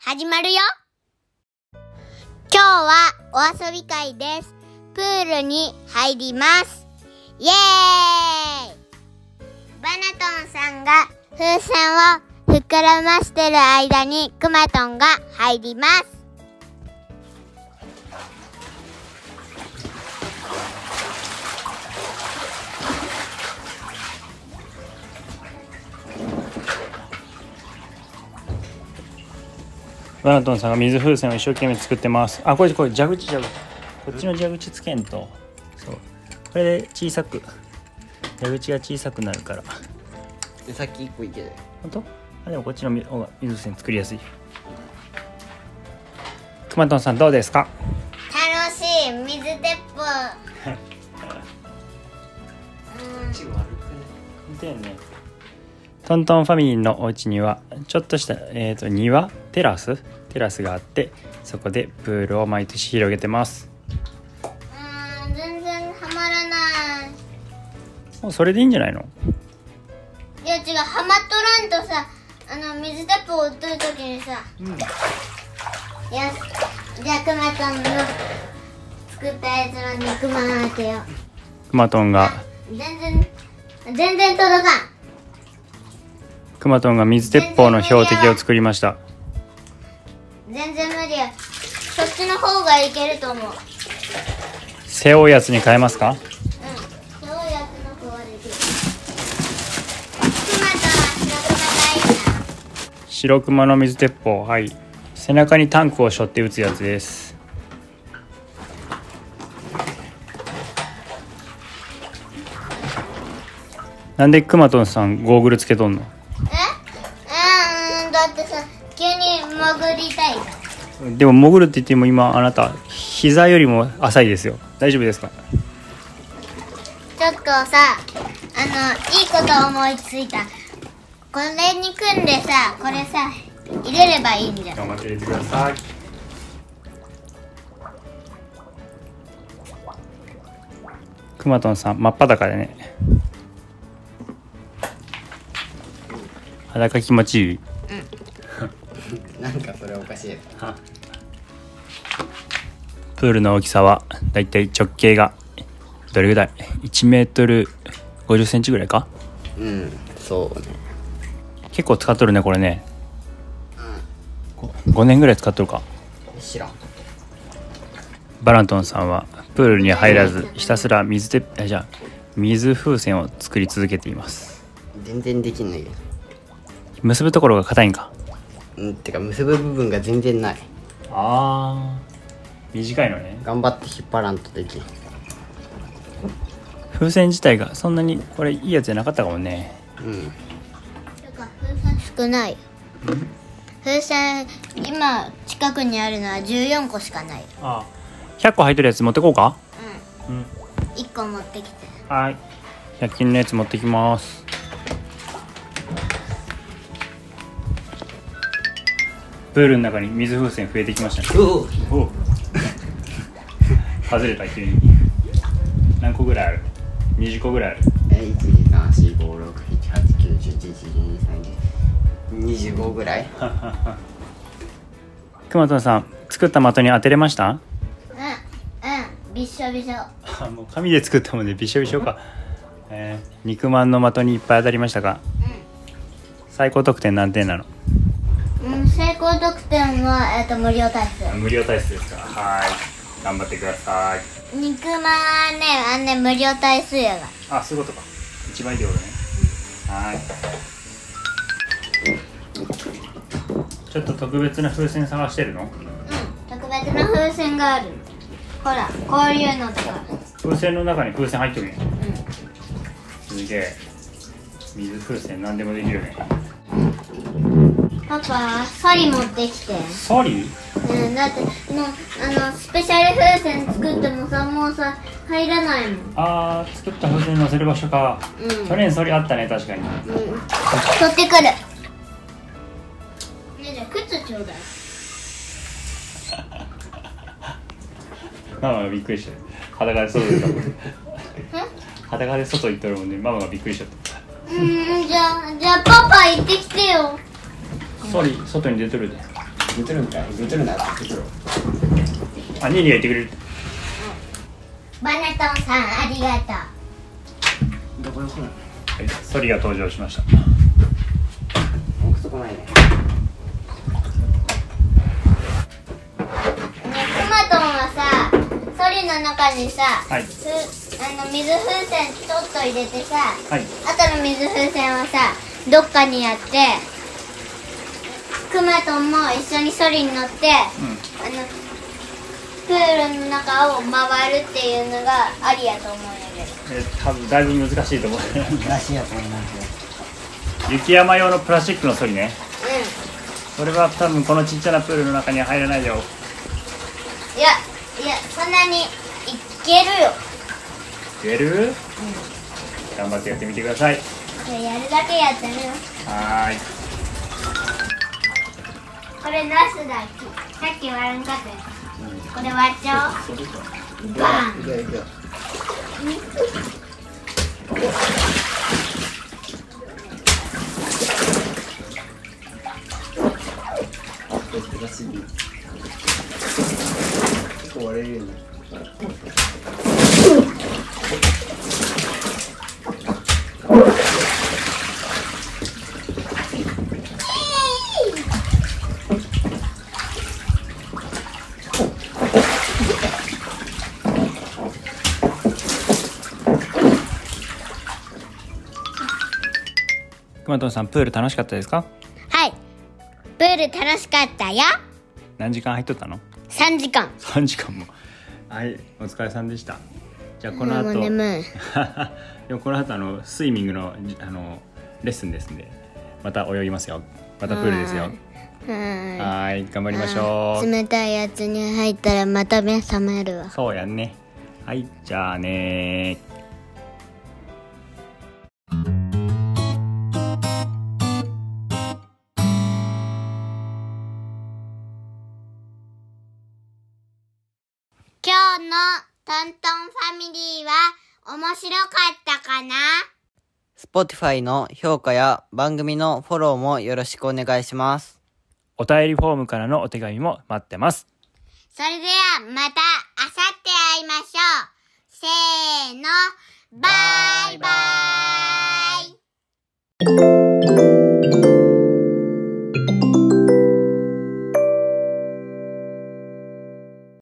始まるよ今日はお遊び会ですプールに入りますイエーイバナトンさんが風船を膨らましてる間にクマトンが入りますバナトンさんが水風船を一生懸命作ってますあこれこれ蛇口蛇口こっちの蛇口つけんとそうこれで小さく蛇口が小さくなるからでさっき一個いける本当あでもこっちのみ方が水風船作りやすいくまとんさんどうですか楽しい水鉄砲ち悪くだよねトントンファミリーのお家にはちょっとした、えー、と庭テラステラスがあってそこでプールを毎年広げてますうーん全然ハマらないもうそれでいいんじゃないのいや違うハマっとらんとさあの水鉄砲を打っとる時にさ、いやじゃあくまとんの作ったやつの肉まん開けようくまとんが全然全然届かんくまとんが水鉄砲の標的を作りました全然無理やそっちの方がいけると思ううん背負うやつに変えますかそういうやつの方ができるくまとんは白くまがいいな白クマの水鉄砲はい背中にタンクを背負って撃つやつですなんでくまとんさんゴーグルつけとんのえうんだってさ急に潜りたいでも潜るって言っても今あなた膝よりも浅いですよ大丈夫ですかちょっとさあのいいこと思いついたこれに組んでさこれさ入れればいいんじゃん頑張って入れてくださいくまとんさん真っ裸でね裸気持ちいいねなんかそれおかしいプールの大きさはだいたい直径がどれぐらい1メートル5 0センチぐらいかうんそうね結構使っとるねこれね5年ぐらい使っとるか知らんバラントンさんはプールに入らずひたすら水鉄あじゃあ水風船を作り続けています全然できないよ結ぶところが硬いんかうんてか結ぶ部分が全然ないあ短いのね頑張って引っ張らんとできん風船自体がそんなにこれいいやつじゃなかったかもねうんてか風船少ない風船今近くにあるのは14個しかないあ100個入ってるやつ持ってこうかうん1個持ってきてはい100均のやつ持ってきますプールの中に水風船増えてきましたねおおお外れた急に何個ぐらいある20個ぐらいあるえ一二三四五六七八九十十一十二三二十五ぐらいくまとんさん作った的に当てれましたうんうんびっしょびしょあもう紙で作ったもんでびしょびしょか、えー肉まんの的にいっぱい当たりましたか、最高得点何点なのうん成功得点は、えっと無料体数無料体質ですかはい頑張ってください肉まんはねあんね無料体数やがあそういうことか一番いいってことねはいちょっと特別な風船探してるのうん特別な風船があるのほらこういうのとか風船の中に風船入ってるんやすげえ水風船何でもできるねパパソリ持ってきてソリねえだってもうあのスペシャル風船作ってもさもうさ入らないもんあー作った風船乗せる場所か、うん去年ソリあったね確かにうん取ってくるねえじゃあ靴ちょうだいママがびっくりしちゃう裸で外行ったも んえ裸で外行っとるもんで、ママがびっくりしちゃったうんじゃあじゃあパパ行ってきてよソリ外に出とるでグトゥルンかいグトゥルンだなグトゥルンあニーニーがいてくれるバナトンさんありがとうどこに来なはいいソリが登場しました僕とこないねねくまとんはさソリの中にさ、はいふあの水風船ちょっと入れてさはい後の水風船はさどっかにやってくまとんも一緒にソリに乗ってあうのプールの中を回るっていうのがありやと思うんだけどんえ多分だいぶ難しいと思う らしいやつもいますよ雪山用のプラスチックのソリねうそれは多分このちっちゃなプールの中には入らないんよいやいやそんなにいけるよ出る、頑張ってやってみてくださいこれやるだけやってみようはーいこれナスだっけさっき割らんかったやつこれ割っちゃおうバンいやいや難しい結構割れるよねくまとんさんプール楽しかったですかはいプール楽しかったよ何時間入っとったの3時間3時間もはいお疲れさんでしたじゃあこの後もう眠い でもこの後あのスイミングのじあのレッスンですんでまた泳ぎますよまたプールですよははーい頑張いりましょう冷たいやつに入ったらまた目覚めるわそうやんねはいじゃあねー今日のトントンファミリーは面白かったかな Spotify の評価や番組のフォローもよろしくお願いします。お便りフォームからのお手紙も待ってますそれではまたあさって会いましょうせーのバイバイ